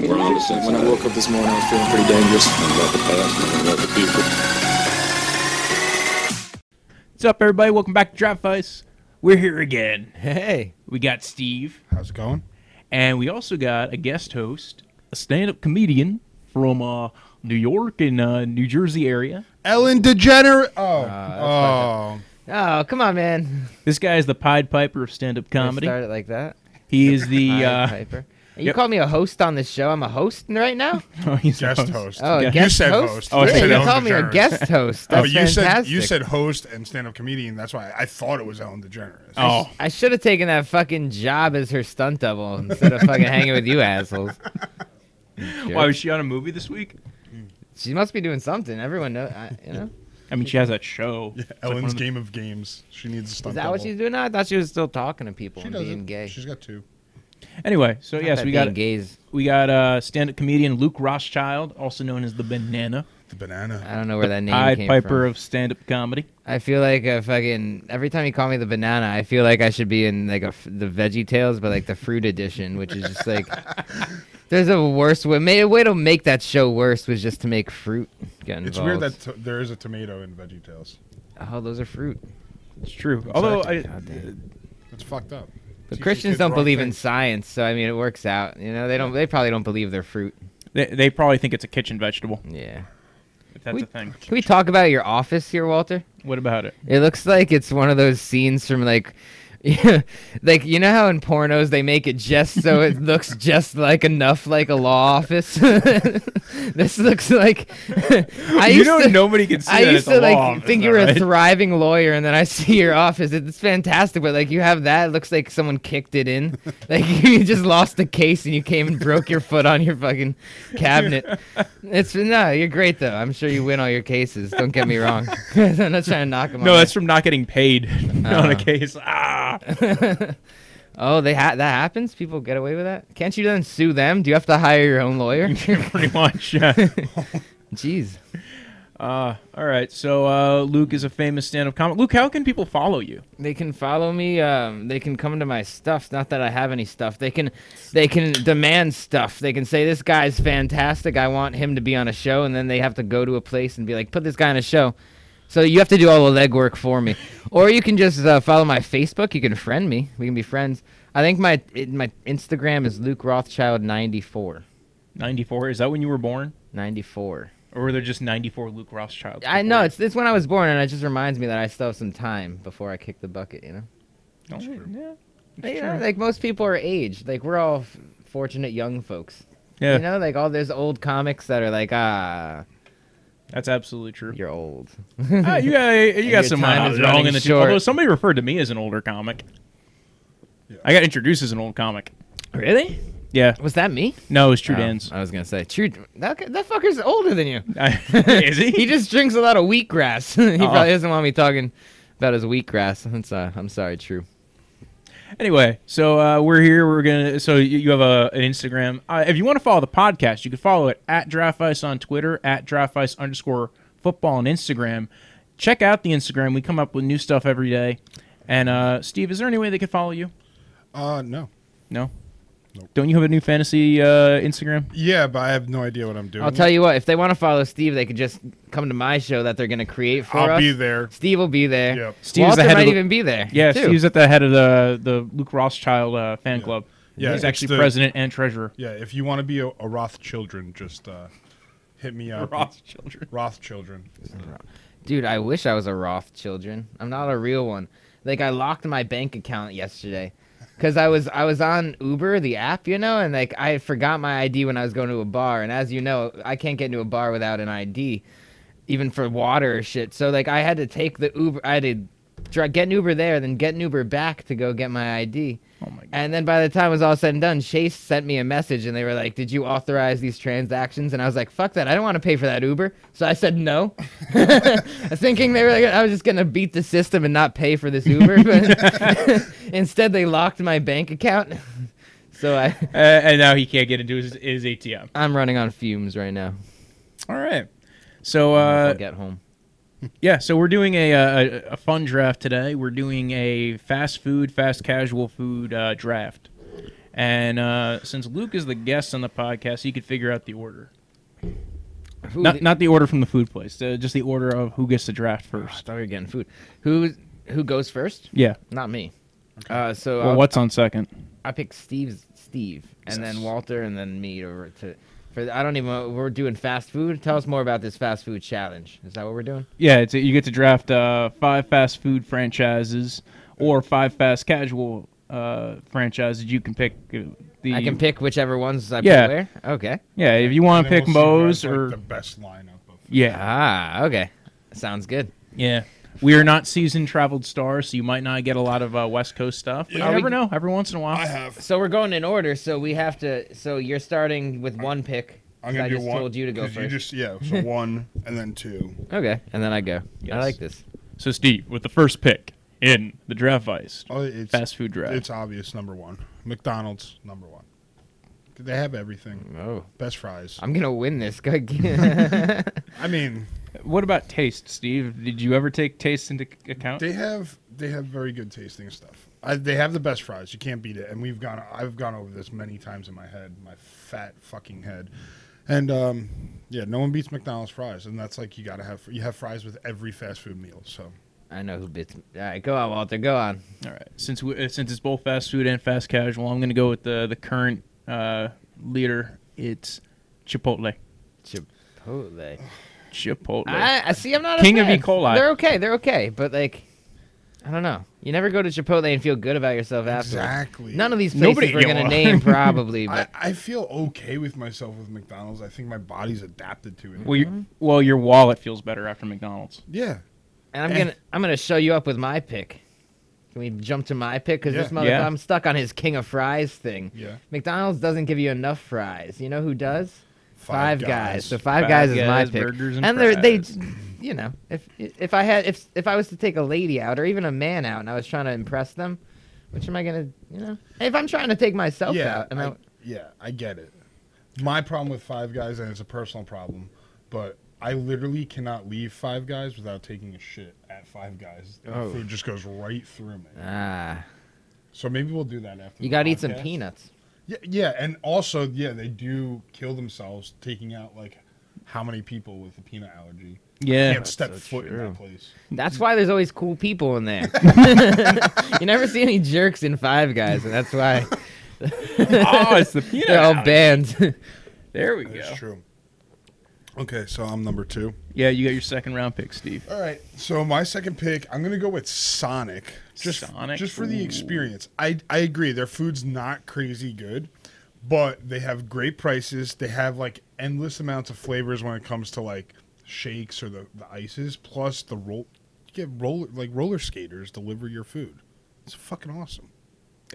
You know, We're on to something. when I woke up this morning, I was feeling pretty dangerous. Nothing about the past, nothing about the future. What's up, everybody? Welcome back to Draft Vice. We're here again. Hey, We got Steve, How's it going? and we also got a guest host, a stand-up comedian from uh, New York and uh, New Jersey area. Ellen DeGeneres. Oh, Ah, oh, oh come on, man! This guy is the Pied Piper of stand-up comedy. Start it like that. He is the Hi, uh, Piper. You yep. call me a host on this show? I'm a host right now. oh, he's the guest host. Oh, you a guest said host. host. You Yeah, said you Ellen call me a DeGeneres. guest host. Oh, That's you said fantastic. you said host and stand-up comedian. That's why I thought it was Ellen DeGeneres. Oh, I should have taken that fucking job as her stunt double instead of fucking hanging with you assholes. why was she on a movie this week? She must be doing something. Everyone knows, I, you know. I mean, she has that show. It's like one Ellen's of the- game of games. She needs a stunt. Is that double. what she's doing now? I thought she was still talking to people She and does being it. gay. She's got two. Anyway, so I yes, bet we got being gays. we got uh, stand-up comedian Luke Rothschild, also known as the Banana, The banana. I don't know where that name Pied came Piper from. of stand-up comedy. I feel like a fucking every time you call me the banana, I feel like I should be in like a f the Veggie Tales, but like the fruit edition, which is just like there's a worse way. May, a way to make that show worse was just to make fruit get involved. It's weird that t- there is a tomato in Veggie Tales. oh, those are fruit. It's true. Although I, God damn. That's fucked up. But Teaching Christians kids don't wrong believe in things. science, so I mean it works out. You know they don't. They probably don't believe they're fruit. they, they probably think it's a kitchen vegetable. Yeah. If that's We- a thing. Can we talk about your office here, Walter? What about it? It looks like it's one of those scenes from like, like you know how in pornos they make it just so it looks just like enough like a law office. this looks like I you used know to. nobody can see I that used it's a to like law office, think though, you were a right? thriving lawyer, and then I see your office. It's fantastic, but like you have that. It looks like someone kicked it in. Like you just lost the case, and you came and broke your foot on your fucking cabinet. It's no, you're great though. I'm sure you win all your cases. Don't get me wrong. I'm not trying to knock them. No, that's from not getting paid on a Uh-huh. case. Ah, oh, they ha- that happens. People get away with that. Can't you then sue them? Do you have to hire your own lawyer? pretty much. yeah. Jeez. Uh, all right. So uh, Luke is a famous stand-up comic. Luke, how can people follow you? They can follow me. Um, they can come to my stuff. Not that I have any stuff. They can, they can demand stuff. They can say this guy's fantastic. I want him to be on a show, and then they have to go to a place and be like, put this guy on a show. So you have to do all the legwork for me, or you can just uh, follow my Facebook. You can friend me. We can be friends. I think my it- my Instagram is Luke Rothschild ninety four. Ninety-four. Is that when you were born, 94. or were there just ninety-four Luke Rothschild? I know it's it's when I was born, and it just reminds me that I still have some time before I kick the bucket. You know, Oh, yeah. You know, like most people are aged. Like we're all f- fortunate young folks. Yeah, You know, like all those old comics that are like, ah, that's absolutely true. you're old. Ah, you got you got your some time uh, is long running in the tooth. short. Although somebody referred to me as an older comic. I got introduced as an old comic. Really? Yeah. Was that me? No, it's True Oh, Dan's. I was gonna say true. That g- that fucker's older than you. is he? He just drinks a lot of wheatgrass. he Uh-uh. probably doesn't want me talking about his wheatgrass. I'm sorry. I'm sorry. True. Anyway, so uh, we're here. We're gonna. So you you have a an Instagram. Uh, if you want to follow the podcast, you can follow it at Draft Ice on Twitter, at Draft Ice underscore football on Instagram. Check out the Instagram. We come up with new stuff every day. And uh, Steve, is there any way they can follow you? Uh, no. No. Nope. Don't you have a new fantasy uh, Instagram? Yeah, but I have no idea what I'm doing. I'll tell you what. If they want to follow Steve, they could just come to my show that they're gonna create for I'll us. be there. Steve will be there. Yep. Steve's Walter the head of might the- even be there. Yeah, too. Steve's at the head of the the Luke Rothschild uh, fan Yeah. club. Yeah, he's it's actually the- president and treasurer. Yeah, if you want to be a, a Roth children, just uh, hit me up. Rothschildren. Roth children. Dude, I wish I was a Roth children. I'm not a real one. Like I locked my bank account yesterday cuz I was I was on Uber, the app, you know, and like I forgot my ID when I was going to a bar, and as you know, I can't get into a bar without an ID even for water or shit. So like I had to take the Uber, I had to dri get an Uber there, then get an Uber back to go get my ID. Oh my god. And then by the time it was all said and done, Chase sent me a message and they were like, Did you authorize these transactions? And I was like, Fuck that. I don't want to pay for that Uber. So I said no. Thinking they were like, I was just going to beat the system and not pay for this Uber. But instead, they locked my bank account. so I, Uh, and now he can't get into his, his ATM. I'm running on fumes right now. All right. So I don't know if uh, I'll get home. Yeah, so we're doing a, uh, a a fun draft today. We're doing a fast food, fast casual food uh, draft, And uh, since Luke is the guest on the podcast, he could figure out the order. Who Not the- not the order from the food place, uh, just the order of who gets to draft I first. thought we were getting food. Who who goes first? Yeah. Not me. Uh, so Well, I'll- what's on second? I picked Steve's Steve, and then Walter, and then me over to. For I don't even. know- We're doing fast food. Tell us more about this fast food challenge. Is that what we're doing? Yeah, it's you get to draft uh, five fast food franchises or five fast casual uh, franchises. You can pick uh, the. I can pick whichever ones I Yeah. put where. Okay. Yeah, if you want to And then pick we'll Moe's see who has, like, or the best lineup of yeah, Ah, okay. Sounds good. yeah. We are not seasoned traveled stars, so you might not get a lot of uh, West Coast stuff. But Yeah. you Are never we- know. Every once in a while, I have. So we're going in order. So we have to. So you're starting with one pick. I'm 'cause gonna I do just one. told you to go 'cause first. just yeah. So one and then two. Okay, and then I go. I Yes. like this. So Steve, with the first pick in the draft vice, Oh, it's fast food draft. It's obvious. Number one, McDonald's. Number one. They have Mm-hmm. everything. Oh, Best fries. I'm gonna win this. Good. I mean, what about taste, Steve? Did you ever take taste into c- account? they have they have very good tasting stuff. I, they have the best fries. You can't beat it. And we've gone. I've gone over this many times in my head, my fat fucking head. And um, yeah, no one beats McDonald's fries. And that's like you gotta have you have fries with every fast food meal. So I know who bits. All right, go on, Walter. Go on. All right, since we, uh, since it's both fast food and fast casual, I'm gonna go with the the current uh, leader. It's Chipotle. Chipotle. Chipotle. I, I see. I'm not a King of fan. E. coli. They're okay. They're okay. But like, I don't know. You never go to Chipotle and feel good about yourself after. Exactly. None of these places Nobody- we're gonna Yeah. name probably. I, But I feel okay with myself with McDonald's. I think my body's adapted to it. well, your, well, your wallet feels better after McDonald's. yeah. Eh. and I'm gonna I'm gonna show you up with my pick. Can we jump to my pick? Because this Yeah. motherfucker, Yeah. I'm stuck on his king of fries thing. Yeah. McDonald's doesn't give you enough fries. You know who does? Five Guys. So Five, Five Guys is my Guys, pick. burgers and they're they, fries. you know, if if I had if if I was to take a lady out or even a man out and I was trying to impress them, which am I gonna you know? If I'm trying to take myself out, am I, I, yeah, I get it. My problem with Five Guys, and it's a personal problem, but I literally cannot leave Five Guys without taking a shit at Five Guys. Oh. The food just goes right through me. ah, So maybe we'll do that after. the you gotta eat some podcast. peanuts. Yeah, yeah, and also, yeah, they do kill themselves taking out like how many people with a peanut allergy. Yeah, Can't step that's foot in true. that place. That's why there's always cool people in there. you never see any jerks in Five Guys, and that's why oh, it's the peanut. they're all allergy. banned. There we That's go. true. Okay, so I'm number two. Yeah, you got your second round pick, Steve. All right. So my second pick, I'm gonna go with Sonic. Just Sonic? just for the Ooh. experience. I I agree. Their food's not crazy good, but they have great prices. They have like endless amounts of flavors when it comes to like shakes or the, the ices. Plus the roll, you get roller like roller skaters deliver your food. It's fucking awesome.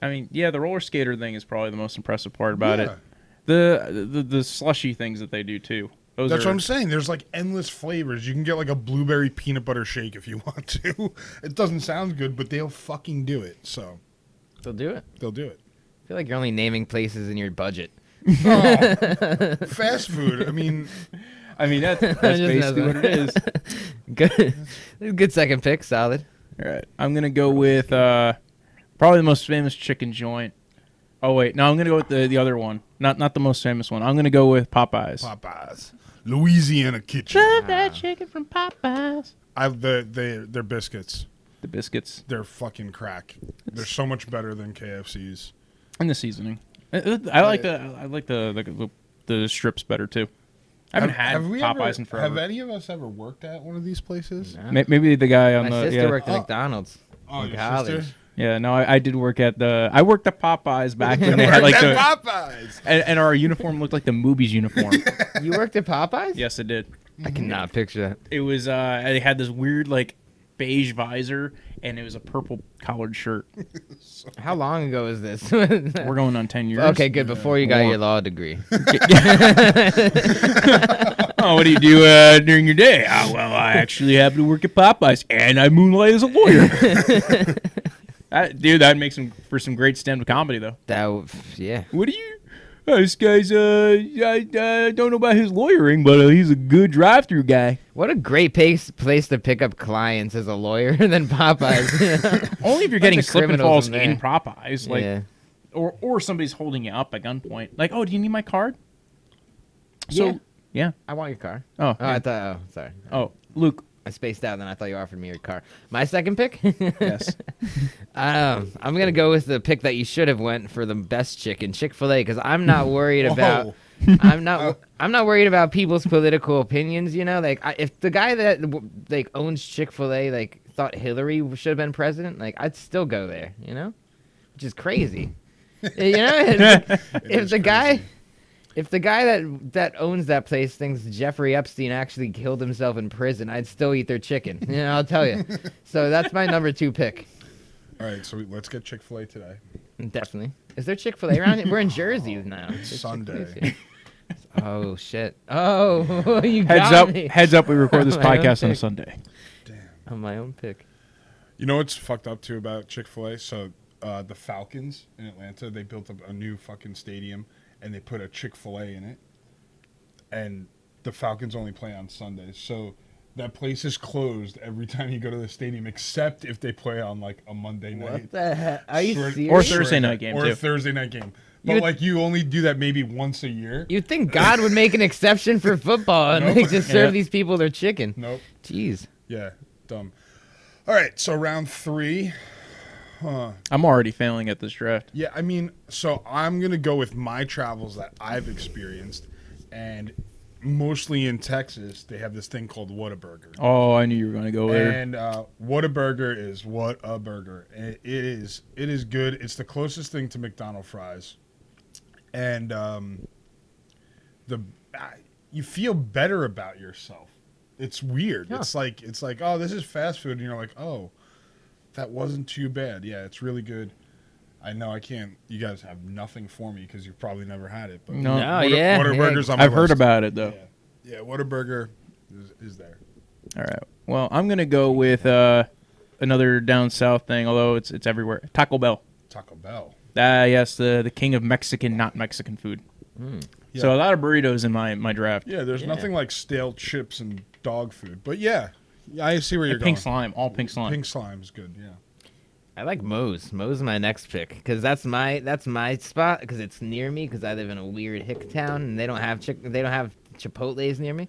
I mean, yeah, the roller skater thing is probably the most impressive part about Yeah. it. The, the the slushy things that they do too. Those That's are, what I'm saying. There's like endless flavors. You can get like a blueberry peanut butter shake if you want to. It doesn't sound good, but they'll fucking do it. So They'll do it. they'll do it. I feel like you're only naming places in your budget. Oh, fast food. I mean, I mean, that's, that's basically what it is. Good, good second pick, solid. All right, I'm gonna go with uh, probably the most famous chicken joint. Oh wait, no, I'm gonna go with the, the other one. Not not the most famous one. I'm gonna go with Popeyes. Popeyes, Louisiana kitchen. that chicken from Popeyes. I the they their biscuits. The biscuits They're fucking crack. They're so much better than KFC's. and the seasoning. I, I like the I like the the, the strips better too. I haven't had Popeyes ever, in Have forever. any of us ever worked at one of these places? May- Maybe the guy on My the sister yeah, worked at Oh. McDonald's. Oh, in your college. sister? yeah no I, I did work at the I worked at Popeyes back when they had like At the Popeyes. and, and our uniform looked like the movie's uniform. You worked at Popeyes? yes, it did. I cannot picture that. it was uh they had this weird like beige visor and it was a purple collared shirt How long ago is this? we're going on 10 years Uh, okay, good. Before you got More. your law degree. oh what do you do uh during your day oh, well i actually happen to work at popeyes and i moonlight as a lawyer that, dude that makes some for some great stand-up comedy though That w- yeah. what do you oh, this guy's uh I, I don't know about his lawyering but uh, he's a good drive-through guy What a great place place to pick up clients as a lawyer than Popeyes. only if you're getting of slip and criminals falls in in, there. popeyes like yeah. or or somebody's holding you up at gunpoint. Like, oh, do you need my card? So Yeah. yeah. I want your car. Oh, oh I thought. Oh, sorry. Oh, Luke. I spaced out, and I thought you offered me your car. My second pick. Yes. Um, I'm gonna go with the pick that you should have went for the best chicken, Chick Fil A, because I'm not worried about. I'm not. I'm not worried about people's political opinions. You know, like I, if the guy that like owns Chick Fil A like thought Hillary should have been president, like I'd still go there. You know, which is crazy. you know, if, if is the guy. crazy. If the guy that that owns that place thinks Jeffrey Epstein actually killed himself in prison, I'd still eat their chicken. You know, I'll tell you. so that's my number two pick. All right, so we, let's get Chick Fil A today. Definitely. Is there Chick Fil A around? here? We're in Jersey Oh, now. There's Sunday. Chick-fil-A's here. oh shit! Oh, you got Heads up. me. Heads up. We record this My own podcast on a pick. Sunday. on my own pick. You know what's fucked up too about Chick Fil A? So uh, the Falcons in Atlanta, they built up a new fucking stadium and they put a Chick Fil A in it, and the Falcons only play on Sundays, so that place is closed every time you go to the stadium, except if they play on like a Monday night. What the heck? Are you Swear- serious? Or swear Thursday to night God. game, or too. a Thursday night game. But You'd- like you only do that maybe once a year. You'd think God would make an exception for football and like, just serve Yeah. these people their chicken. nope. Jeez. Yeah, dumb. All right, so round three. I'm already failing at this draft. Yeah, I mean, so I'm gonna go with my travels that I've experienced, and mostly in Texas, they have this thing called Whataburger. Oh, I knew you were going to go there. And uh, Whataburger is what a burger. It, it is. It is good. It's the closest thing to McDonald fries, and um, the I, you feel better about yourself. It's weird. Yeah. It's like it's like oh, this is fast food, and you're like oh, that wasn't too bad. Yeah, it's really good. I know I can't. You guys have nothing for me because you've probably never had it. But No. No, Whata- yeah, Whataburger's on my I've heard list. about it though. Yeah, yeah Whataburger is, is there. All right. Well, I'm going to go with uh, another down south thing, although it's it's everywhere. Taco Bell. Taco Bell. Ah, yes, the the king of Mexican, not Mexican food. Hmm. So a lot of burritos in my my draft. Yeah, there's Yeah. nothing like stale chips and dog food. But yeah, yeah, I see where you're And pink going. slime, all pink slime. Pink slime's good. Yeah. I like Moe's. Moe's is my next pick because that's my that's my spot because it's near me because I live in a weird hick town and they don't have chick they don't have Chipotle's near me,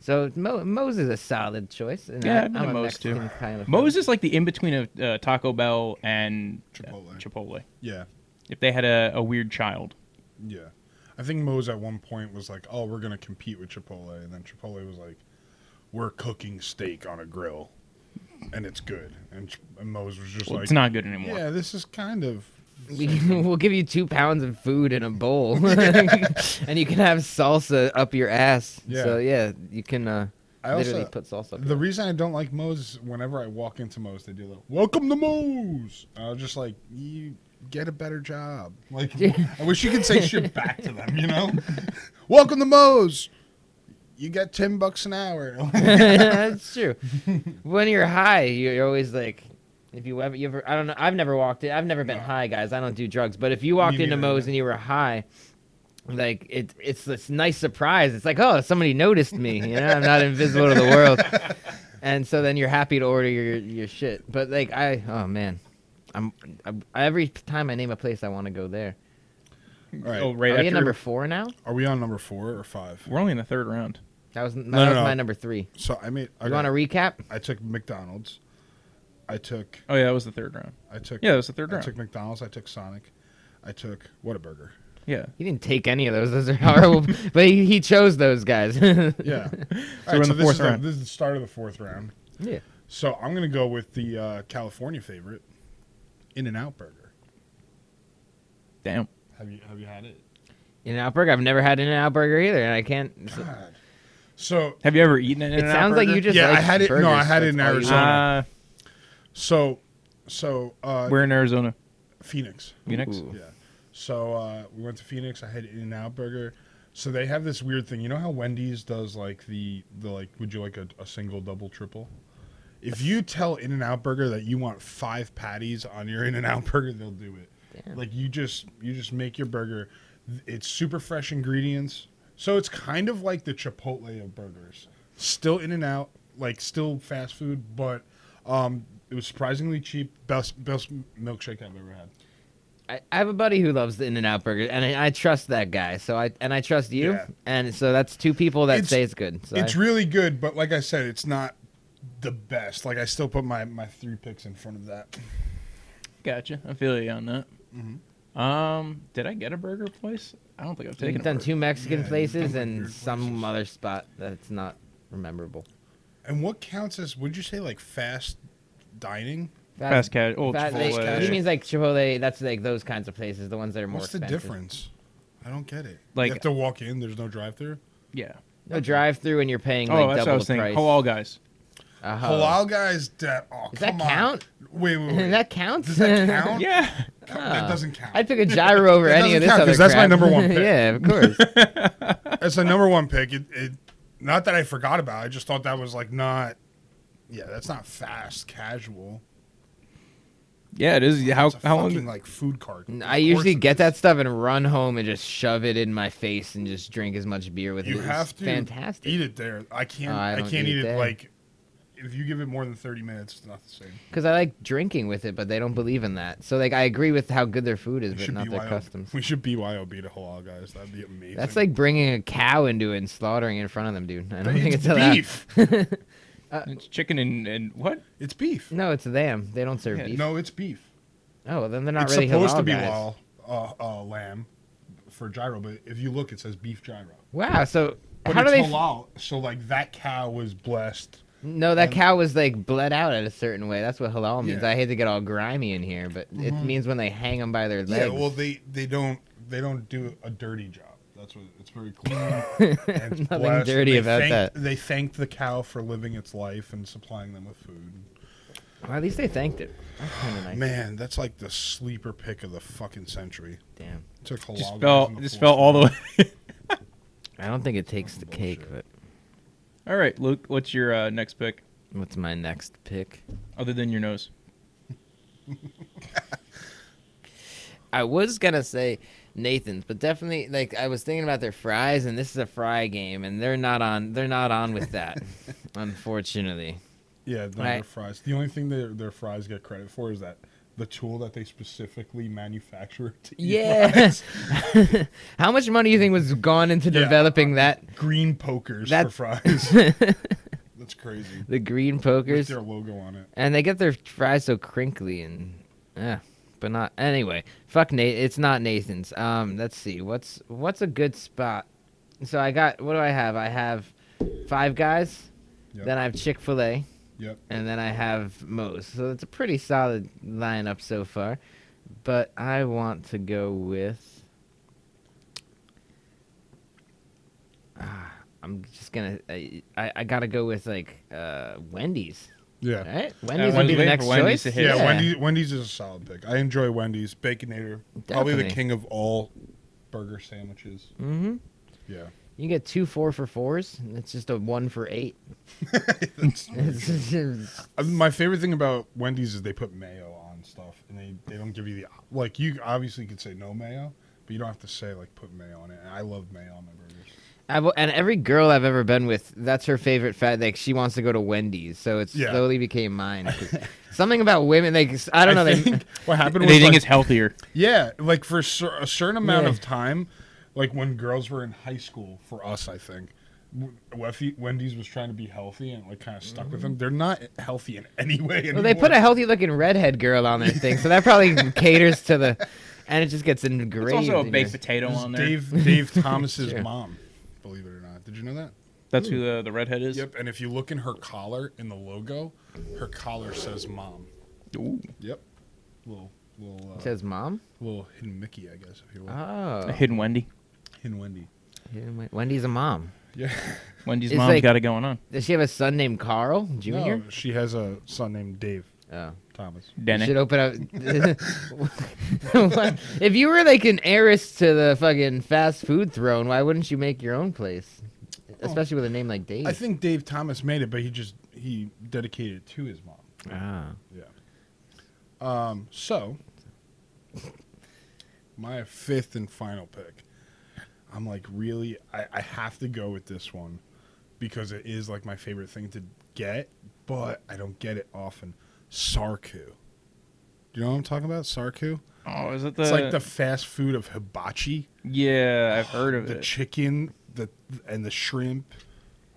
so Mo- Moe's is a solid choice. And Yeah, I, I've been am to a Moe's, too. Mexican Kind of Moe's is like the in between of uh, Taco Bell and uh, Chipotle. Chipotle. Yeah. If they had a, a weird child, Yeah. I think Moe's at one point was like, "Oh, we're gonna compete with Chipotle," and then Chipotle was like, "We're cooking steak on a grill, and it's good." And, Ch- and Moe's was just well, like, it's not good anymore. "Yeah, this is kind of." We, we'll give you two pounds of food in a bowl, and you can have salsa up your ass. Yeah. So yeah, you can uh, I literally also- put salsa. Up The reason I don't like Moe's is whenever I walk into Moe's, they do like, "Welcome to Moe's." I was just like, "You get a better job." Like, I wish you could say shit back to them. You know, "Welcome to Moe's." You get ten bucks an hour. That's true. when you're high, you- you're always like, if you ever, you ever, I don't know, I've never walked in, I've never been high, guys. I don't do drugs, but if you walked into neither, Moe's yeah. and you were high, like it, it's this nice surprise. It's like, oh, somebody noticed me. You know, I'm not invisible to the world. And so then you're happy to order your your shit. But like I, oh man, I'm, I'm every time I name a place, I want to go there. All right. Oh, right Are we after at number four now? Are we on number four or five? we're only in the third round. That was, that No, no, was no. my number three. So I made. I, You want to recap? I took McDonald's. I took. Oh yeah, that was the third round. I took. Yeah, that was the third I round. took McDonald's. I took Sonic. I took Whataburger. Yeah. He didn't take any of those. Those are horrible. but he, he chose those guys. yeah. Yeah. All we're in the this fourth is round. this is the start of the fourth round. So I'm gonna go with the uh, California favorite, In and Out Burger. Damn. Have you have you had it? In and Out Burger. I've never had In and Out Burger either, and I can't. so- God. So Have you ever eaten an It In-N-Out sounds like burger? you just. Yeah, I like had it- no, burgers, I had so it in that's all you Arizona. want. Uh, so so uh, we're in Arizona, Phoenix. Phoenix. Ooh. Yeah. So uh, we went to Phoenix. I had In and Out Burger. So they have this weird thing. You know how Wendy's does like the the like would you like a, a single, double, triple? If you tell In and Out Burger that you want five patties on your In and Out Burger, they'll do it. Damn. Like you just you just make your burger. It's super fresh ingredients. So it's kind of like the Chipotle of burgers. Still In and Out, like still fast food, but um, it was surprisingly cheap. Best best milkshake I've ever had. I, I have a buddy who loves the In and Out Burger, and I, I trust that guy. So I and I trust you, Yeah. and so that's two people that It's- say it's good. So It's I- really good, but like I said, it's not the best. Like I still put my my three picks in front of that. Gotcha. I feel you on that. Mm-hmm. Um, did I get a burger place? I don't think I've taken. You've a done burger. two Mexican Yeah, you've places done, like, and weird some places. other spot that's not memorable. And what counts as? Would you say like fast dining? Fast casual. fast- Chipotle. they- uh, He means like Chipotle. That's like those kinds of places, the ones that are more. What's the expensive. difference? I don't get it. Like- you have to walk in. There's no drive-through. yeah. No drive-through, and you're paying like Oh, that's what double I was the thinking. price. Halal guys. Uh-huh. Halal guys, that oh, Does that come count? on. Wait, wait, wait. that counts. Does that count? Yeah. Come- that doesn't count. I'd pick a gyro over That any of doesn't this count, other 'cause that's my crap. number one pick. yeah, of course. That's the number one pick. It, it, not that I forgot about. it, I just thought that was like not. Yeah, that's not fast casual. Yeah, it is. How It's a how long? fucking, like food cart. Of I course usually it get is. that stuff and run home and just shove it in my face and just drink as much beer with it. You It's have to fantastic. eat it there. I can't. Oh, I I, don't can't eat eat it there. like. If you give it more than thirty minutes, it's not the same. Because I like drinking with it, but they don't believe in that. So like I agree with how good their food is, We but should not their BYOB customs. We should BYOB to halal guys. That'd be amazing. That's like bringing a cow into it and slaughtering it in front of them, dude. I don't think it's allowed. beef. It's chicken and, and what? It's beef. No, it's them. They don't serve Yeah, beef. No, it's beef. Oh, well, then they're not it's really supposed halal to be guys. halal uh, uh, lamb for gyro, but if you look, it says beef gyro. Wow. So But how do it's they? halal, so like that cow was blessed. No, that cow was like bled out at a certain way. That's what halal Um, means. Yeah. Uh-huh. I hate to get all grimy in here, but it means when they hang them by their legs. Yeah, well they they don't they don't do a dirty job. That's what it's very clean. and it's Nothing blessed. dirty They about thanked- that. They thanked the cow for living its life and supplying them with food. Well, at least they thanked it. That's kind of nice. Man, that's like the sleeper pick of the fucking century. Damn. Took halal. Just guys fell. in the Just fourth fell all the round. way. I don't think it takes the cake, but Bullshit. all right, Luke. What's your uh, next pick? what's my next pick? Other than your nose. I was gonna say Nathan's, but definitely like I was thinking about their fries, and this is a fry game, and they're not on. They're not on with that, unfortunately. Yeah, no, Right. their fries. The only thing their their fries get credit for is that the tool that they specifically manufacture to eat Yeah. fries. How much money do you think was gone into Yeah, developing that? green pokers That- for fries. that's crazy. The green With pokers, their logo on it. and they get their fries so crinkly and, yeah, but not anyway. Fuck Nate. It's not Nathan's. Um, let's see. What's what's a good spot? So I got. What do I have? I have Five Guys. Yep. Then I have Chick Fil A. yep. and then I have Moe's. So it's a pretty solid lineup so far. But I want to go with. Ah, I'm just gonna. I, I, I gotta go with like uh, Wendy's, Yeah. right? Wendy's would Wendy's be the waiting next for Wendy's choice. to hit. Yeah, Wendy's, Wendy's is a solid pick. I enjoy Wendy's. Baconator. Probably the Definitely. king of all burger sandwiches. Mm-hmm. Yeah. You get two four for fours. And it's just a one for eight. That's- It's just- I mean, my favorite thing about Wendy's is they put mayo on stuff and they, they don't give you the like you obviously could say no mayo, but you don't have to say like put mayo on it. And I love mayo on my burgers. I've, and every girl I've ever been with, that's her favorite fat. Like she wants to go to Wendy's, so it Yeah. slowly became mine. 'cause something about women, like s- I don't know. they think what happened was They think like- it's healthier. Yeah, like for cer- a certain amount Yeah. of time, like when girls were in high school, for us, I think, w- Weffy- Wendy's was trying to be healthy and like kind of stuck with them. They're not healthy in any way. Anymore. Mm-hmm. Well, they put a healthy looking redhead girl on their thing, so that probably caters to the, and it just gets It's engraved. also a in baked your- potato This is on there. Dave Dave Thomas's Sure. mom, believe it or not. Did you know that? That's who the, the redhead is. Yep. And if you look in her collar in the logo, her collar says mom. Ooh. Yep. Little little uh, It says mom. little hidden Mickey, I guess if you will. A Oh, hidden Wendy. hidden Wendy. Yeah, Wen- Oh. Wendy's a mom. Yeah. Wendy's It's mom's like- got it going on. Does she have a son named Carl Junior? No, she has a son named Dave Oh, Thomas. You Denny. should open up. What? if you were like an heiress to the fucking fast food throne, why wouldn't you make your own place? Especially with a name like Dave. I think Dave Thomas made it, but he just he dedicated it to his mom. Ah. Yeah. Um. So, my fifth and final pick. I'm like really, I, I have to go with this one because it is like my favorite thing to get, but I don't get it often. Sarku. Do you know what I'm talking about? Sarku. Oh, is it the? It's like the fast food of hibachi. yeah, I've heard of The it. chicken, the and the shrimp.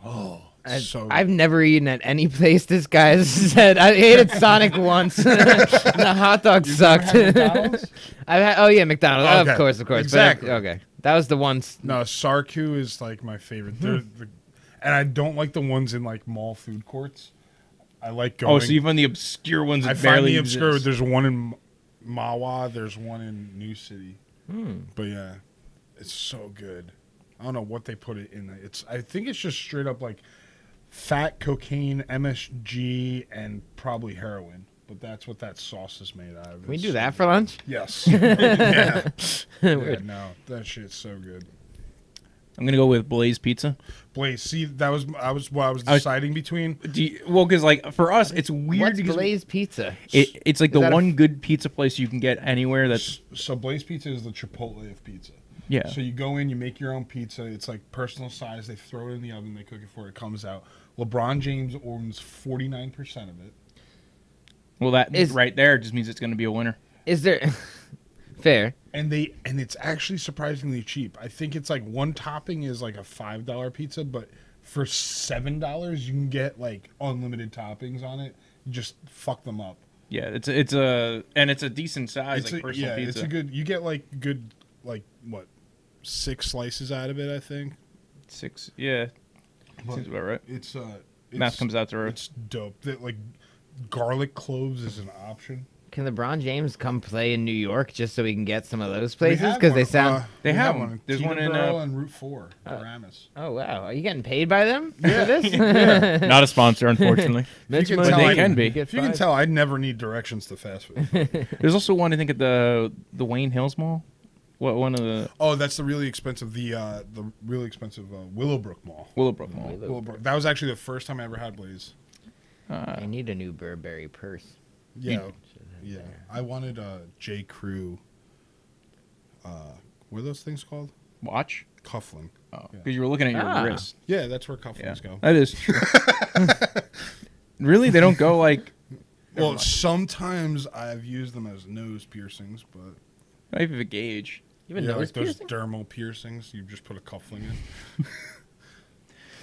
Oh, I've, so I've never eaten at any place this guy has said. I ate at Sonic once. the hot dog sucked. had McDonald's? I've had, oh yeah, McDonald's. Okay, Of course, of course. but- exactly. okay, that was the one. s- No, Sarku is like my favorite. They're Hmm. the, and I don't like the ones in like mall food courts. I like going. oh, so you find the obscure ones that I find barely the obscure. exist. There's one in Mawa. There's one in New City. Hmm. But yeah, it's so good. I don't know what they put it in. there. It's. I think it's just straight up like fat cocaine, MSG, and probably heroin. But that's what that sauce is made out of. Can we It's do so that for lunch? good. Yes. yeah. yeah. Weird. No, that shit's so good. I'm gonna go with Blaze Pizza. Blaze. See, that was I was what I was I was- deciding between. Do you, well, because like for us, it's weird What's because Blaze Pizza? it, it's like Is the that a- one good pizza place you can get anywhere. That's So Blaze Pizza is the Chipotle of pizza. yeah. So you go in, you make your own pizza. It's like personal size. They throw it in the oven, they cook it for you, it comes out. LeBron James owns forty nine percent of it. Well, that Is- right there just means it's gonna be a winner. Is there? Fair. And they and it's actually surprisingly cheap. I think it's like one topping is like a five dollar pizza, but for seven dollars you can get like unlimited toppings on it. You just fuck them up. Yeah, it's a- it's a and it's a decent size It's like a- personal yeah, pizza. it's a good. You get like good, like what, six slices out of it. I think. Six. Yeah, But seems about right. It's uh, it's, Math comes out to roast. It's dope. That like, garlic cloves is an option. Can LeBron James come play in New York just so we can get some of those We places? have Because one- they sound. uh, They we have one. in There's one in, Teterboro uh, and Route Four, Paramus. oh wow, are you getting paid by them for this? Not a sponsor, unfortunately. Mitch can Moe- tell They I- can be. get If you can fired. tell, I never need directions to fast food. There's also one I think at the the Wayne Hills Mall. What one of the oh, that's the really expensive. The uh, the really expensive uh, Willowbrook Mall. Willowbrook Mall. Willowbrook. That was actually the first time I ever had Blaze. I need a new Burberry purse. Yeah, yeah. I wanted uh, J Crew. Uh, what are those things called? Watch. Cuffling. Oh, Yeah. because you were looking at your Ah. wrist. Yeah, that's where Yeah, cufflinks go. that is true. really, they don't go like. Well, sometimes I've used them as nose piercings, but Not even a gauge. You have a yeah, nose like those piercing? dermal piercings, you just put a cuffling in.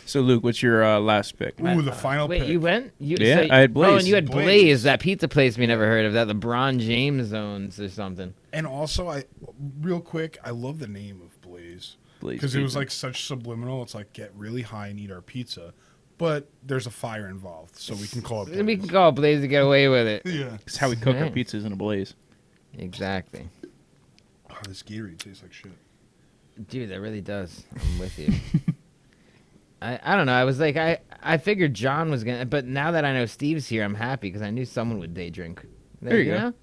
So, Luke, what's your uh, last pick? Ooh, the final Wait, pick. you went? You, Yeah, so- I had Oh, Blaze. and you had Blaze. Blaze. that pizza place we never heard of, that LeBron James owns or something. and also, I real quick, I love the name of Blaze Blaze because it was Pizza. like such subliminal. It's like get really high and eat our pizza, but there's a fire involved, so we can call it. Blaze. We can call Blaze to get away with it. yeah. It's how we cook our Nice. pizzas in a blaze. Exactly. Oh, this Gatorade tastes like shit. Dude, that really does. I'm with you. I, I don't know. I was like, I, I figured John was going to, but now that I know Steve's here, I'm happy because I knew someone would day drink. There you go. know?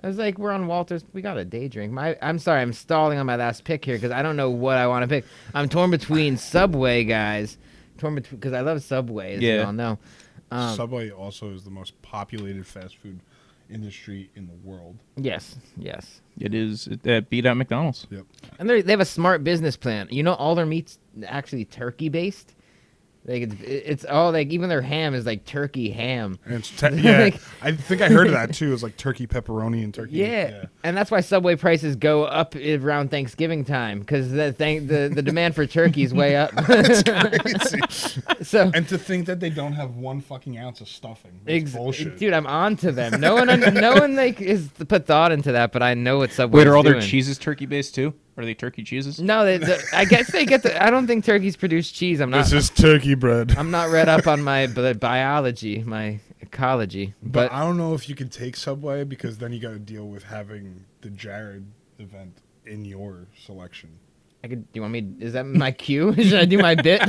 I was like, we're on Walter's. We got a day drink. My, I'm sorry, I'm stalling on my last pick here because I don't know what I want to pick. I'm torn between Subway guys, torn between because I love Subway. As yeah, Yeah. you all know. Um, Subway also is the most populated fast food industry in the world. yes, yes, It is. It, uh, beat out McDonald's. Yep. and they they have a smart business plan. You know, all their meats actually turkey based. Like it's it's all like even their ham is like turkey ham. And it's te- yeah, Like- I think I heard of that too. It was like turkey pepperoni and turkey. Yeah. and that's why Subway prices go up around Thanksgiving time because the thing the, the demand for turkey is way up. so And to think that they don't have one fucking ounce of stuffing. It's ex- bullshit. dude, I'm on to them. No one, un- no one like is put thought into that, but I know what Subway. Wait, are all doing. their cheeses turkey based too? Are they turkey cheeses? No, they, they- I guess they get the. I don't think turkeys produce cheese. I'm not. this is turkey bread. I'm not read up on my bi- biology, my ecology, but, but I don't know if you can take Subway because then you got to deal with having the Jared event in your selection. I could. Do you want me? Is that my cue? Should I do my bit?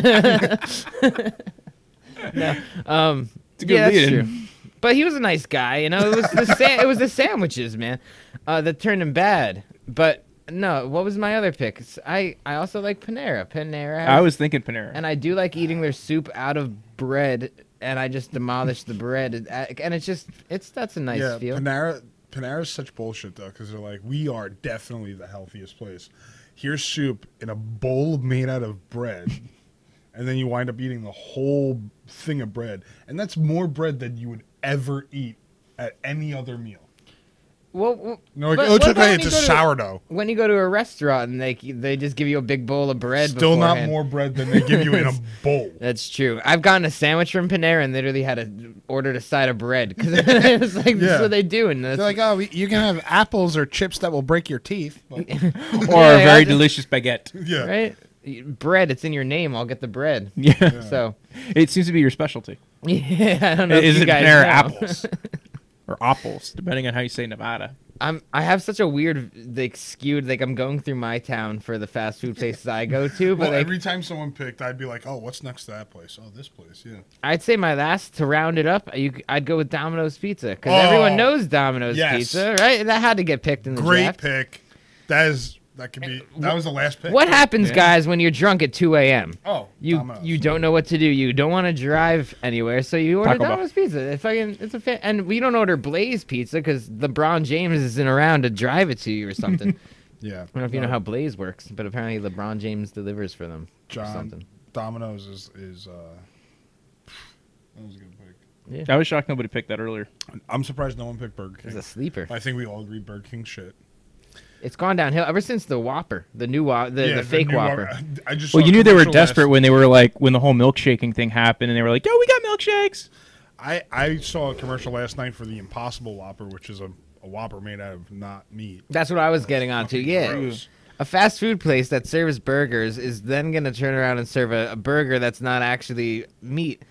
no. Um. a good yeah, that's lead-in. true. But he was a nice guy, you know. It was the sa- it was the sandwiches, man, uh, that turned him bad. But no, what was my other pick? S- I I also like Panera. Panera. I has- was thinking Panera. and I do like eating their soup out of bread, and I just demolish the bread, uh, and it's just it's that's a nice yeah, feel. Panera Panera's such bullshit though because they're like, we are definitely the healthiest place. Here's soup in a bowl made out of bread, and then you wind up eating the whole thing of bread, and that's more bread than you would ever eat at any other meal. Well, well No, like, but oh, what it's about okay. when It's you a go to- sourdough. When you go to a restaurant and they they just give you a big bowl of bread. Still not beforehand. more bread than they give you in a bowl. That's true. I've gotten a sandwich from Panera and literally had to ordered a side of bread because it's like this Yeah. is what they do. And that's, They're like, oh, we- you can have apples or chips that will break your teeth. Well, or Yeah, a yeah, very that's- delicious baguette. Yeah. right? Y- Bread, it's in your name. I'll get the bread. Yeah. So, it seems to be your specialty. yeah, I don't know. Is if you it guys Panera know. apples or apples, depending on how you say Nevada? I'm I have such a weird like skewed like I'm going through my town for the fast food places I go to, but Well, like every time someone picked, I'd be like, "Oh, what's next to that place? Oh, this place, yeah." I'd say my last to round it up, you, c- I'd go with Domino's Pizza because Oh, everyone knows Domino's yes. Pizza, right? That had to get picked in the Great draft. pick. That is that could be. That was the last pick. What happens, Yeah. guys, when you're drunk at 2 a.m.? Oh, You Domino's. you don't know what to do. You don't want to drive anywhere, so you order Taco Bell. Domino's Pizza. It's fucking it's a fan, and we don't order Blaze Pizza because LeBron James isn't around to drive it to you or something. I Yeah. don't know if you know how Blaze works, but apparently LeBron James delivers for them. Or John something. Domino's is is. Uh, that was a good pick. I was shocked nobody picked that earlier. I'm surprised no one picked Burger He's King. a sleeper. I think we all agree Burger King shit. It's gone downhill ever since the Whopper, the new Whopper, the, the fake new Whopper. I just. Well, saw you a knew they were commercial last- desperate when they were like when the whole milkshaking thing happened, and they were like, "Yo, we got milkshakes." I I saw a commercial last night for the Impossible Whopper, which is a, a Whopper made out of not meat. That's what I was getting on to. Yeah. gross. A fast food place that serves burgers is then going to turn around and serve a, a burger that's not actually meat.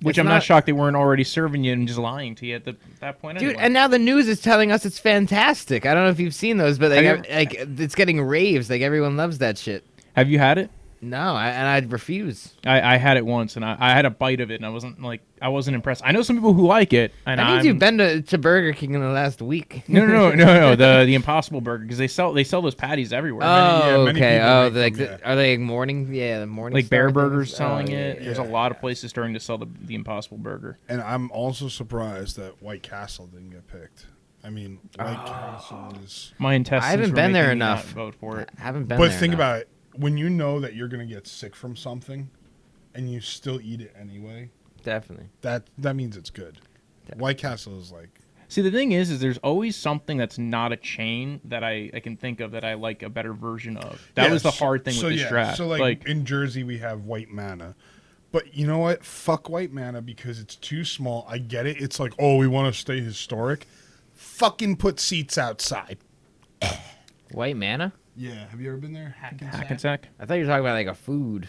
Which It's I'm not, not- shocked they weren't already serving you and just lying to you at the, that point. Dude, anyway. and now the news is telling us it's fantastic. I don't know if you've seen those, but like, Have ev- like it's getting raves. Like everyone loves that shit. have you had it? No, I, and I'd refuse. I, I had it once, and I, I had a bite of it, and I wasn't like I wasn't impressed. I know some people who like it, and I I'm, think you've been to, to Burger King in the last week. no, no, no, no, no, the the Impossible Burger because they sell they sell those patties everywhere. yeah, Oh, many okay. people Oh, make like them, the, are they like morning? Yeah, the morning. like Star Bear things? Burgers Oh, selling yeah, it. yeah. There's a lot of places starting to sell the, the Impossible Burger. And I'm also surprised that White Castle didn't get picked. I mean, White Ah. Castle is. My intestines. I haven't were been there making me not enough. Vote for it. I haven't been. But there think enough. about it. When you know that you're gonna get sick from something, and you still eat it anyway, definitely. that that means it's good. White Castle is like See, the thing is, is there's always something that's not a chain that I, I can think of that I like a better version of. That Yeah, was the so- hard thing so with this yeah, draft. So like, like, in Jersey, we have White Manna, but you know what? Fuck White Manna because it's too small. I get it. It's like oh, we want to stay historic. Fucking put seats outside. White Manna. Yeah, have you ever been there? Hackensack. Hackensack. I thought you were talking about like a food.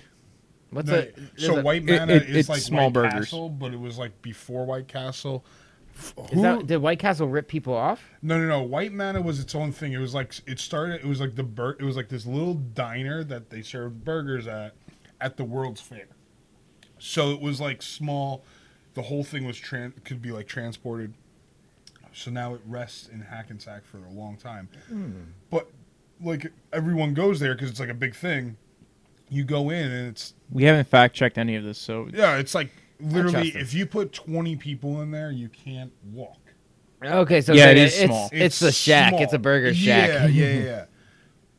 What's No, a so there's a- White it- Manna it- is it's like small White burgers. Castle, but it was like before White Castle. F- Is who- that, did White Castle rip people off? No, no, no. White Manna was its own thing. It was like it started. It was like the bur- It was like this little diner that they served burgers at at the World's Fair. So it was like small. The whole thing was tran- could be like transported. So now it rests in Hackensack for a long time. But like everyone goes there because it's like a big thing. You go in and it's We haven't fact checked any of this, so yeah, it's like literally trust him. if you put twenty people in there, you can't walk. Okay, so Yeah, they- it is it's, small. It's, a shack. It's a small. burger shack. Yeah, yeah, yeah, yeah.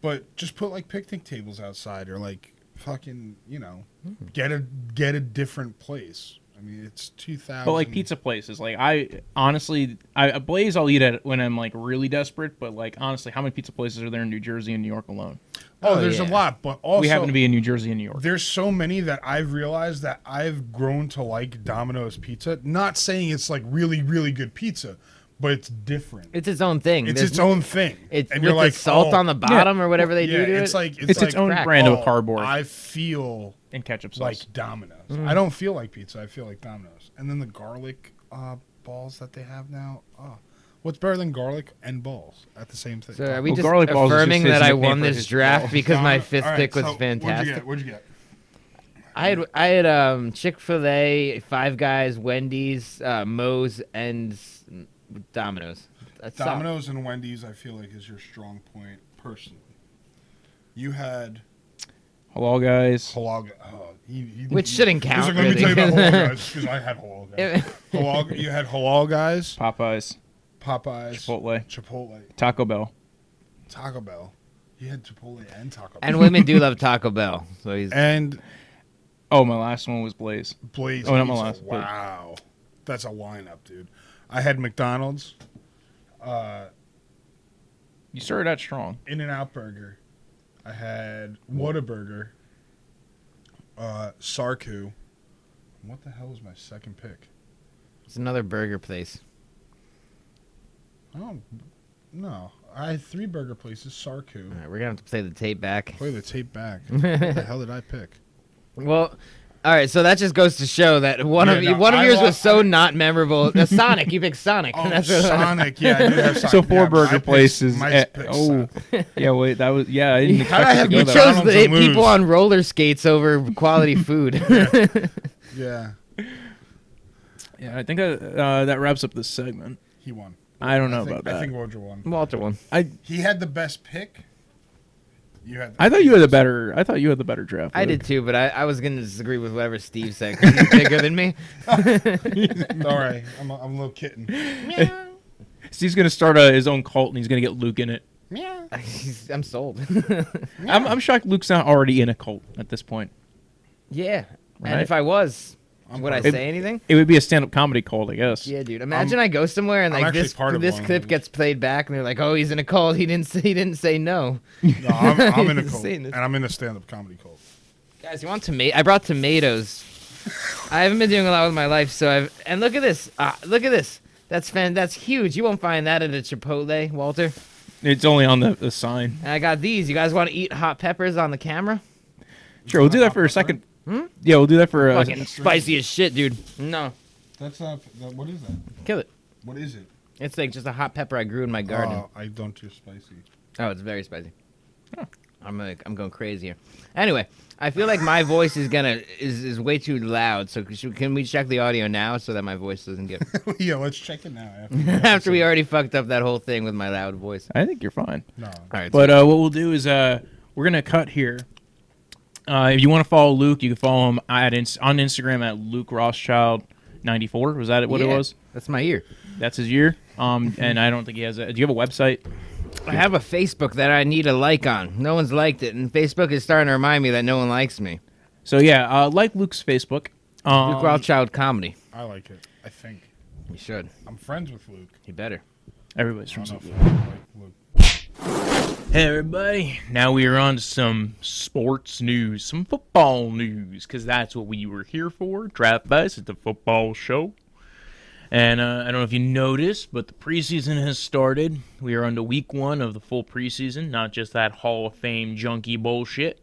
but just put like picnic tables outside or like fucking, you know, Hmm. get a get a different place. I mean, it's 2000. But like pizza places, like I honestly, I a Blaze I'll eat at when I'm like really desperate. But like honestly, how many pizza places are there in New Jersey and New York alone? Oh, Oh, there's yeah. a lot, but also we happen to be in New Jersey and New York. there's so many that I've realized that I've grown to like Domino's pizza. Not saying it's like really really good pizza, but it's different. It's It's its own thing. it's, There's- own thing. It's with the salt on the bottom or whatever they do oh, yeah, to it's it. like it's, It's its like, own crack. brand oh, of cardboard I feel and ketchup sauce. like Domino's. Mm. I don't feel like pizza. I feel like Domino's. And then the garlic uh, balls that they have now. Oh, what's better than garlic and balls at the same thing? so are we Well, just garlic balls is affirming just his that I nickname won for this his draft balls. because my Domino- fifth all right, pick was so fantastic? What'd you get? What'd you I had I had um, Chick Fil A, Five Guys, Wendy's, uh, Moe's, and s- Domino's. That's get? all. Domino's and Wendy's. I feel like is your strong point personally. You had Hello, guys. halal. gu- Oh, he, he, Which he- shouldn't He's count, like, Let me really. tell you about halal guys because I had halal guys. halal, you had halal guys, Popeyes, Popeyes, Chipotle, Chipotle, Taco Bell. Taco Bell. You had Chipotle and Taco Bell. And women do love Taco Bell. So he's and Oh, my last one was Blaze. Blaze. Oh, not Pizza. Milan's, but- Wow, that's a lineup, dude. I had McDonald's, uh, You started out strong. In and Out Burger. I had Whataburger. Uh, Sarku. What the hell was my second pick? It's another burger place. I don't. No, I had three burger places. Sarku. All right, we're gonna have to play the tape back. Play the tape back. what the hell did I pick? Well, all right, so that just goes to show that one of Yeah, no, one of I yours wa- was so not memorable. The Sonic, you picked Sonic. Oh, That's what- Sonic. Yeah, I did have Sonic. So four Yeah, I burger picked- places. my eh, pick oh, Sonic. yeah. Wait, that was yeah. I didn't How'd expect I to have go You you that way. chose chose McDonald's the and lose. people on roller skates over quality food. Yeah, Yeah, I think that uh, that wraps up this segment. he won. I don't know think, about that. I think Roger won. Walter won. He had the best pick. You had. The I thought you had the better. I thought you had the better draft. I Luke. did too, but I, I was going to disagree with whatever Steve said 'cause he's bigger than me. All right, I'm a, I'm a little kitten. Steve's gonna start uh, his own cult and he's gonna get Luke in it. Meow. He's- I'm sold. I'm, I'm shocked Luke's not already in a cult at this point. yeah. And Right. if I was, I'm would I part of- say anything? It would be a stand-up comedy cult, I guess. Yeah, dude. Imagine I go somewhere and I'm like actually this part of this one. clip gets played back and they're like, "Oh, he's in a cult. He didn't say, he didn't say no." No, I'm, I'm in a He's cult, saying this. and I'm in a stand-up comedy cult. Guys, you want tomato? I brought tomatoes. I haven't been doing a lot with my life, so I've and look at this. Ah, look at this. That's fan. That's huge. You won't find that at a Chipotle, Walter. It's only on the, the sign. And I got these. You guys want to eat hot peppers on the camera? Sure, we'll do that for a second. Hmm? Yeah, we'll do that for uh, a Fucking spicy as shit, dude. No, That's not. That, what is that? kill it. What is it? It's like just a hot pepper I grew in my garden. Oh, I don't do spicy. Oh, it's very spicy. I'm like, I'm going crazy here. Anyway, I feel like my voice is gonna is, is way too loud. So should- can we check the audio now so that my voice doesn't get yeah, let's check it now. After, after we already fucked up that whole thing with my loud voice. I think you're fine. No. All right, But uh, what we'll do is uh, we're gonna cut here. Uh, if you want to follow Luke, you can follow him at ins- on Instagram at Luke Rothschild ninety four. Was that what it Yeah, Mm-hmm. was? That's my ear. That's his year. Um, and I don't think he has. A, do you have a website? I have a Facebook that I need a like on. No one's liked it, and Facebook is starting to remind me that no one likes me. So yeah, uh, like Luke's Facebook. Um, Luke Rothschild comedy. I like it. I think You should. I'm friends with Luke. You better. Everybody's I from. don't know if I like Luke. Hey everybody! Now we are on to some sports news, some football news, because that's what we were here for. Draft Bus, it's a football show, and uh, I don't know if you noticed, but the preseason has started. We are on to week one of the full preseason, not just that Hall of Fame junkie bullshit.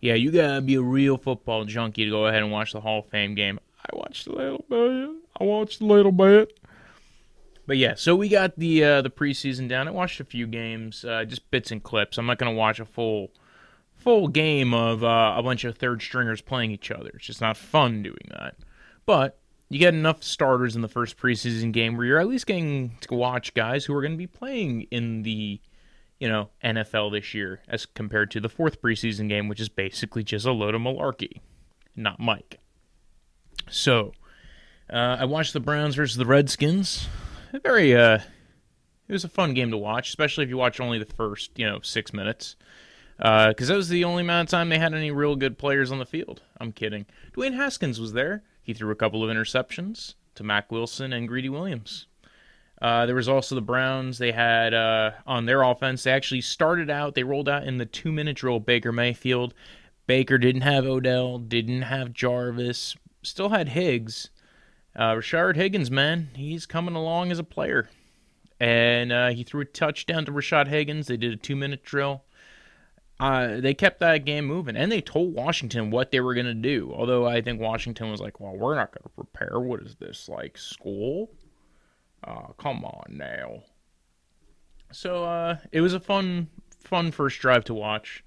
Yeah, you gotta be a real football junkie to go ahead and watch the Hall of Fame game. I watched a little bit. I watched a little bit. But yeah, so we got the uh, the preseason down. I watched a few games, uh, just bits and clips. I'm not gonna watch a full full game of uh, a bunch of third stringers playing each other. It's just not fun doing that. But you get enough starters in the first preseason game where you're at least getting to watch guys who are going to be playing in the you know NFL this year, as compared to the fourth preseason game, which is basically just a load of malarkey, not Mike. So uh, I watched the Browns versus the Redskins a very uh it was a fun game to watch especially if you watch only the first you know six minutes because that was the only amount of time they had any real good players on the field i'm kidding dwayne haskins was there he threw a couple of interceptions to mac wilson and greedy williams uh, there was also the browns they had uh, on their offense they actually started out they rolled out in the two minute drill baker mayfield baker didn't have odell didn't have jarvis still had higgs uh, Rashard Higgins, man, he's coming along as a player. And uh, he threw a touchdown to Rashad Higgins. They did a two minute drill. Uh, they kept that game moving, and they told Washington what they were going to do. Although I think Washington was like, well, we're not going to prepare. What is this, like school? Uh, come on now. So uh, it was a fun, fun first drive to watch.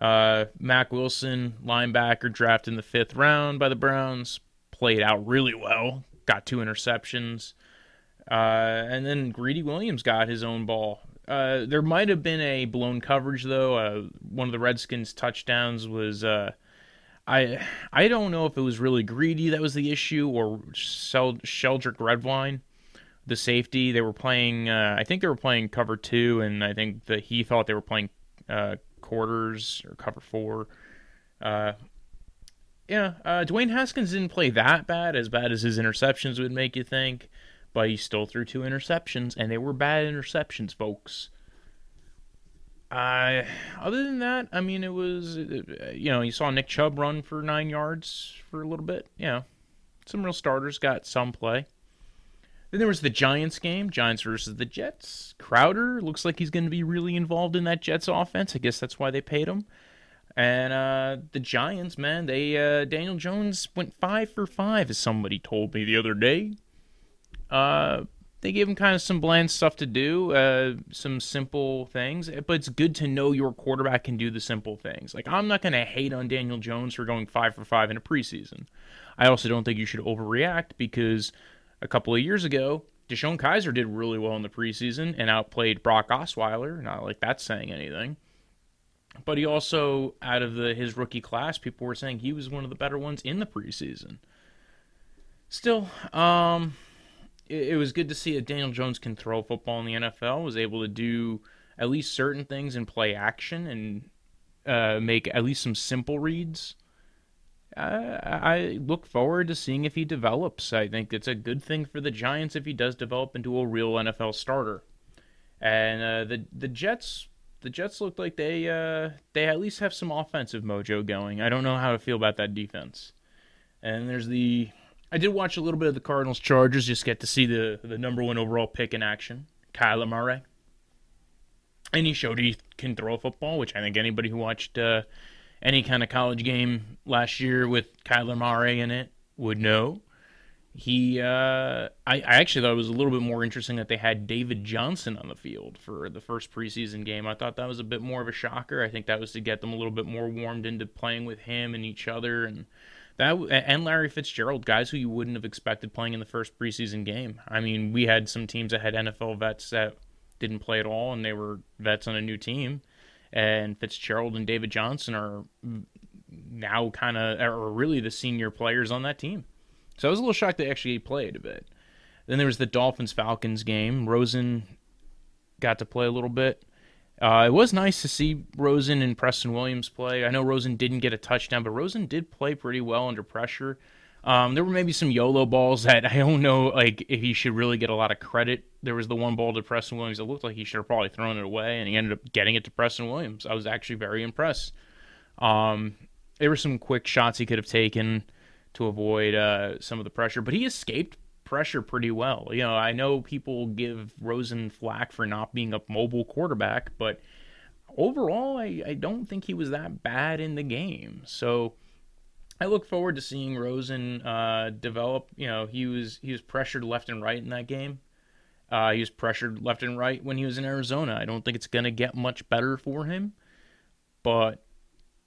Uh, Mac Wilson, linebacker, drafted in the fifth round by the Browns, played out really well, got two interceptions. Uh, and then Greedy Williams got his own ball. Uh, there might have been a blown coverage though. Uh, one of the Redskins' touchdowns was uh, I I don't know if it was really Greedy that was the issue or Sel- Sheldrick Redwine, the safety. They were playing. Uh, I think they were playing cover two, and I think that he thought they were playing uh, quarters or cover four. Uh, yeah, uh, Dwayne Haskins didn't play that bad, as bad as his interceptions would make you think, but he still threw two interceptions, and they were bad interceptions, folks. Uh, other than that, I mean, it was uh, you know you saw Nick Chubb run for nine yards for a little bit. You know, some real starters got some play. Then there was the Giants game, Giants versus the Jets. Crowder looks like he's going to be really involved in that Jets offense. I guess that's why they paid him. And uh, the Giants, man, they uh, Daniel Jones went five for five, as somebody told me the other day. Uh, they gave him kind of some bland stuff to do, uh, some simple things. But it's good to know your quarterback can do the simple things. Like I'm not going to hate on Daniel Jones for going five for five in a preseason. I also don't think you should overreact because a couple of years ago, Deshaun Kaiser did really well in the preseason and outplayed Brock Osweiler. Not like that's saying anything. But he also, out of the his rookie class, people were saying he was one of the better ones in the preseason. Still, um, it, it was good to see that Daniel Jones can throw football in the NFL, was able to do at least certain things and play action and uh, make at least some simple reads. Uh, I look forward to seeing if he develops. I think it's a good thing for the Giants if he does develop into a real NFL starter. And uh, the the Jets the Jets look like they uh, they at least have some offensive mojo going. I don't know how to feel about that defense. And there's the I did watch a little bit of the Cardinals Chargers, just get to see the the number one overall pick in action, Kyler Murray. And he showed he can throw a football, which I think anybody who watched uh, any kind of college game last year with Kyler Murray in it would know. He, uh, I, I actually thought it was a little bit more interesting that they had David Johnson on the field for the first preseason game. I thought that was a bit more of a shocker. I think that was to get them a little bit more warmed into playing with him and each other and that and Larry Fitzgerald, guys who you wouldn't have expected playing in the first preseason game. I mean, we had some teams that had NFL vets that didn't play at all, and they were vets on a new team. And Fitzgerald and David Johnson are now kind of are really the senior players on that team. So I was a little shocked they actually played a bit. Then there was the Dolphins Falcons game. Rosen got to play a little bit. Uh, it was nice to see Rosen and Preston Williams play. I know Rosen didn't get a touchdown, but Rosen did play pretty well under pressure. Um, there were maybe some YOLO balls that I don't know, like if he should really get a lot of credit. There was the one ball to Preston Williams that looked like he should have probably thrown it away, and he ended up getting it to Preston Williams. I was actually very impressed. Um, there were some quick shots he could have taken to avoid uh, some of the pressure, but he escaped pressure pretty well. You know, I know people give Rosen flack for not being a mobile quarterback, but overall, I, I don't think he was that bad in the game. So I look forward to seeing Rosen uh, develop. You know, he was he was pressured left and right in that game. Uh, he was pressured left and right when he was in Arizona. I don't think it's going to get much better for him, but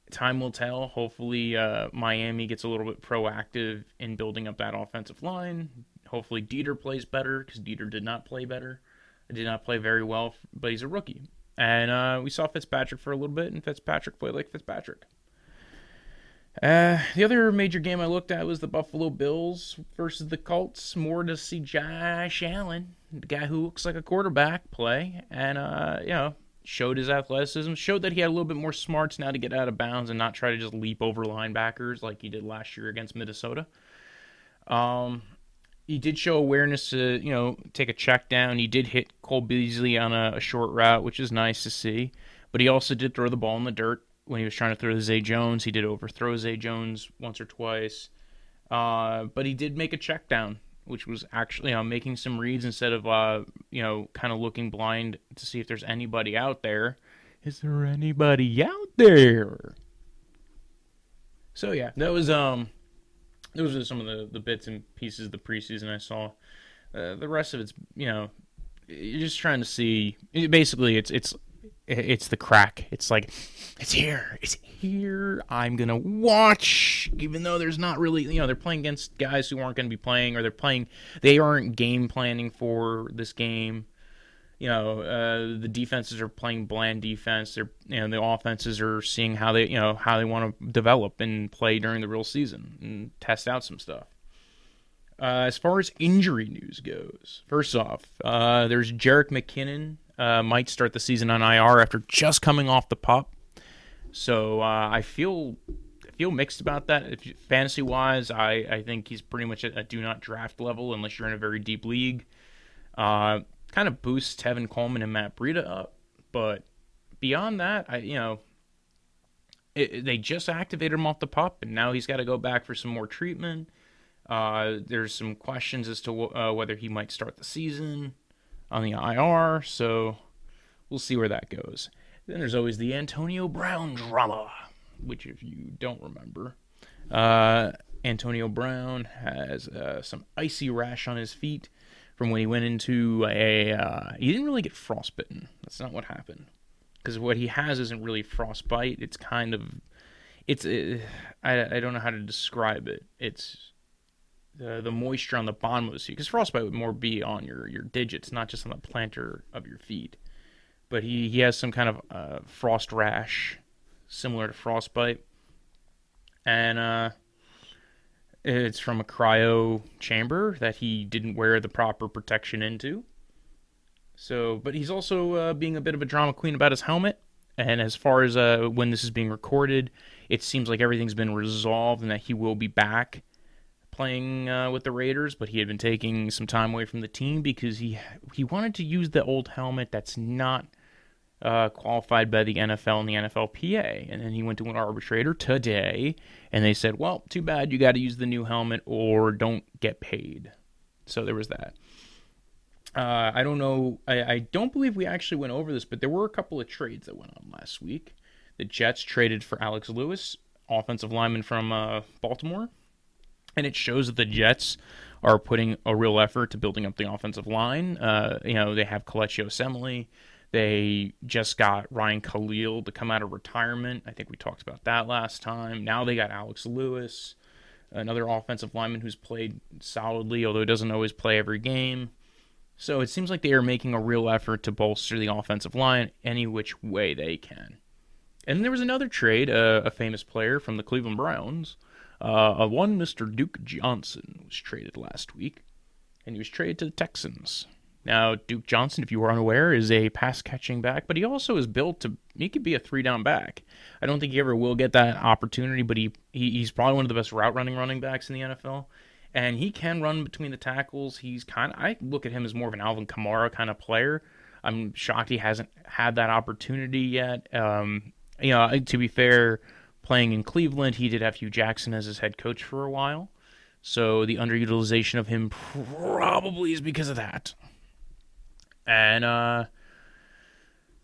time will tell. Hopefully, uh, Miami gets a little bit proactive in building up that offensive line. Hopefully, Dieter plays better because Dieter did not play better, did not play very well, but he's a rookie. And uh, we saw Fitzpatrick for a little bit, and Fitzpatrick played like Fitzpatrick. Uh, the other major game I looked at was the Buffalo Bills versus the Colts. More to see Josh Allen, the guy who looks like a quarterback, play, and uh, you know showed his athleticism, showed that he had a little bit more smarts now to get out of bounds and not try to just leap over linebackers like he did last year against Minnesota. Um, he did show awareness to you know take a check down. He did hit Cole Beasley on a, a short route, which is nice to see. But he also did throw the ball in the dirt when he was trying to throw to Zay Jones. He did overthrow Zay Jones once or twice, uh, but he did make a check down, which was actually you know, making some reads instead of uh, you know kind of looking blind to see if there's anybody out there. Is there anybody out there? So yeah, that was um those are some of the, the bits and pieces of the preseason I saw. Uh, the rest of it's you know you're just trying to see. it- Basically, it's it's it's the crack. It's like it's here, it's here. I'm gonna watch, even though there's not really you know they're playing against guys who aren't gonna be playing or they're playing they aren't game planning for this game. You know uh, the defenses are playing bland defense. They're you know the offenses are seeing how they you know how they want to develop and play during the real season and test out some stuff. Uh, as far as injury news goes, first off, uh, there's Jarek McKinnon uh, might start the season on IR after just coming off the pop. So uh, I feel I feel mixed about that. If fantasy wise, I, I think he's pretty much at a do not draft level unless you're in a very deep league. Uh, kind of boosts Tevin Coleman and Matt Breida up, but beyond that, I you know, it, it- they just activated him off the pup, and now he's got to go back for some more treatment. Uh, there's some questions as to wh- uh, whether he might start the season on the IR, so we'll see where that goes. Then there's always the Antonio Brown drama, which if you don't remember, uh, Antonio Brown has uh, some icy rash on his feet from when he went into a. Uh, he didn't really get frostbitten. That's not what happened. Because what he has isn't really frostbite. It's kind of. It's. Uh, I, I don't know how to describe it. It's. uh, The, the moisture on the bottom of his feet. Because frostbite would more be on your, your digits, not just on the planter of your feet. But he, he has some kind of uh, frost rash similar to frostbite and uh, it's from a cryo chamber that he didn't wear the proper protection into. So, but he's also uh, being a bit of a drama queen about his helmet. And as far as uh, when this is being recorded, it seems like everything's been resolved and that he will be back playing uh, with the Raiders. But he had been taking some time away from the team because he he wanted to use the old helmet that's not uh, qualified by the NFL and the NFLPA. And then he went to an arbitrator today, and they said, well, too bad you got to use the new helmet or don't get paid. So there was that. Uh, I don't know. I, I don't believe we actually went over this, but there were a couple of trades that went on last week. The Jets traded for Alex Lewis, offensive lineman from uh, Baltimore and it shows that the Jets are putting a real effort to building up the offensive line. Uh, you know, they have Coleccio Semele. They just got Ryan Khalil to come out of retirement. I think we talked about that last time. Now they got Alex Lewis, another offensive lineman who's played solidly, although doesn't always play every game. So it seems like they are making a real effort to bolster the offensive line any which way they can. And there was another trade, uh, a famous player from the Cleveland Browns. Uh, a one Mr. Duke Johnson was traded last week, and he was traded to the Texans. Now, Duke Johnson, if you were unaware, is a pass catching back, but he also is built to, he could be a three down back. I don't think he ever will get that opportunity, but he, he he's probably one of the best route running running backs in the NFL. And he can run between the tackles. He's kind of, I look at him as more of an Alvin Kamara kind of player. I'm shocked he hasn't had that opportunity yet. Um, you know, to be fair, playing in Cleveland, he did have Hugh Jackson as his head coach for a while. So the underutilization of him probably is because of that. And uh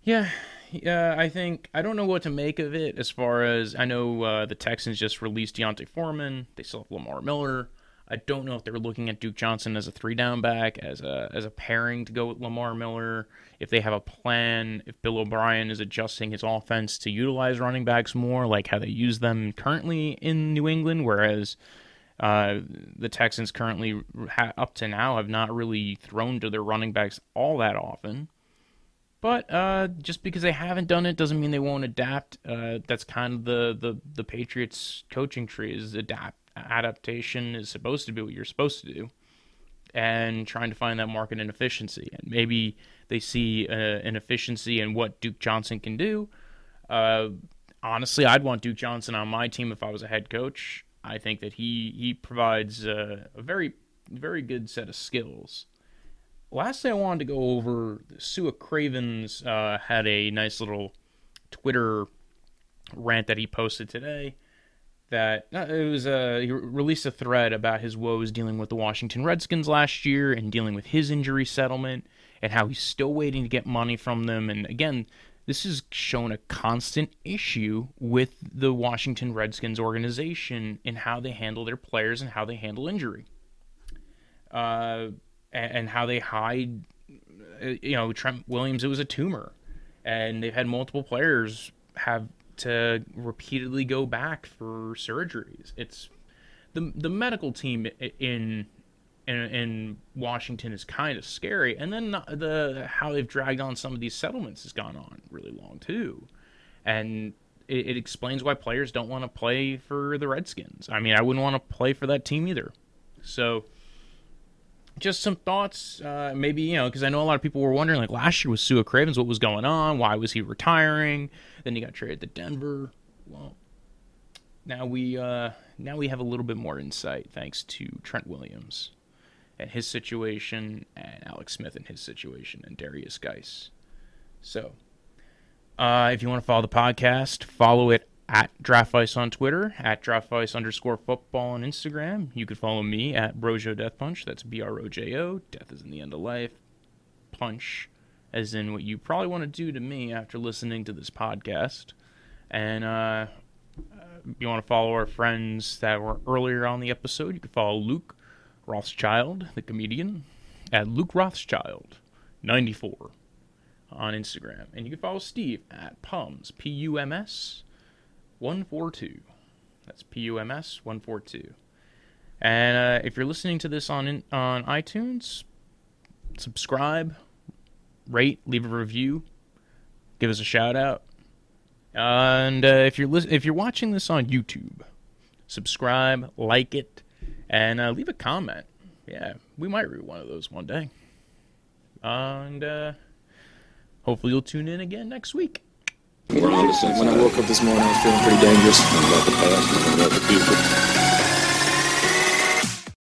yeah, yeah, I think I don't know what to make of it as far as I know uh, the Texans just released Deontay Foreman. They still have Lamar Miller. I don't know if they're looking at Duke Johnson as a three down back, as a as a pairing to go with Lamar Miller, if they have a plan, if Bill O'Brien is adjusting his offense to utilize running backs more, like how they use them currently in New England, whereas uh, the Texans currently ha- up to now have not really thrown to their running backs all that often. But uh, just because they haven't done it doesn't mean they won't adapt. Uh, that's kind of the, the, the Patriots coaching tree is adapt adaptation is supposed to be what you're supposed to do, and trying to find that market inefficiency. And maybe they see uh, inefficiency in what Duke Johnson can do. Uh, honestly, I'd want Duke Johnson on my team if I was a head coach. I think that he he provides uh, a very very good set of skills lastly, I wanted to go over Sue Cravens uh, had a nice little Twitter rant that he posted today. That no, it was uh, he re- released a thread about his woes dealing with the Washington Redskins last year and dealing with his injury settlement and how he's still waiting to get money from them. And again, this has shown a constant issue with the Washington Redskins organization and how they handle their players and how they handle injury uh, and, and how they hide. uh, You know, Trent Williams, it was a tumor, and they've had multiple players have to repeatedly go back for surgeries. It's the the medical team i- in. In, in Washington is kind of scary, and then the, the how they've dragged on some of these settlements has gone on really long too, and it, it explains why players don't want to play for the Redskins. I mean, I wouldn't want to play for that team either. So, just some thoughts uh, maybe you know because i know a lot of people were wondering like last year with sue cravens what was going on why was he retiring then he got traded to denver well now we uh now we have a little bit more insight thanks to trent williams and his situation and alex smith and his situation and darius geis so Uh, if you want to follow the podcast, follow it at Draft Ice on Twitter, at Draft Ice underscore football on Instagram. You could follow me at Brojo Death Punch. That's B R O J O. Death is in the end of life. Punch, as in what you probably want to do to me after listening to this podcast. And uh, you want to follow our friends that were earlier on the episode, you can follow Luke Rothschild, the comedian, at Luke Rothschild, 94, on Instagram. And you can follow Steve at Pums, P U M S 142. That's P U M S 142. And uh, if you're listening to this on in, on iTunes, subscribe, rate, leave a review, give us a shout out. And uh, if you're lis- if you're watching this on YouTube, subscribe, like it, and uh, leave a comment. Yeah, we might read one of those one day. And uh, hopefully you'll tune in again next week. We're on to When I Cincinnati. woke up this morning, I was feeling pretty dangerous. Nothing about the past, nothing about the future.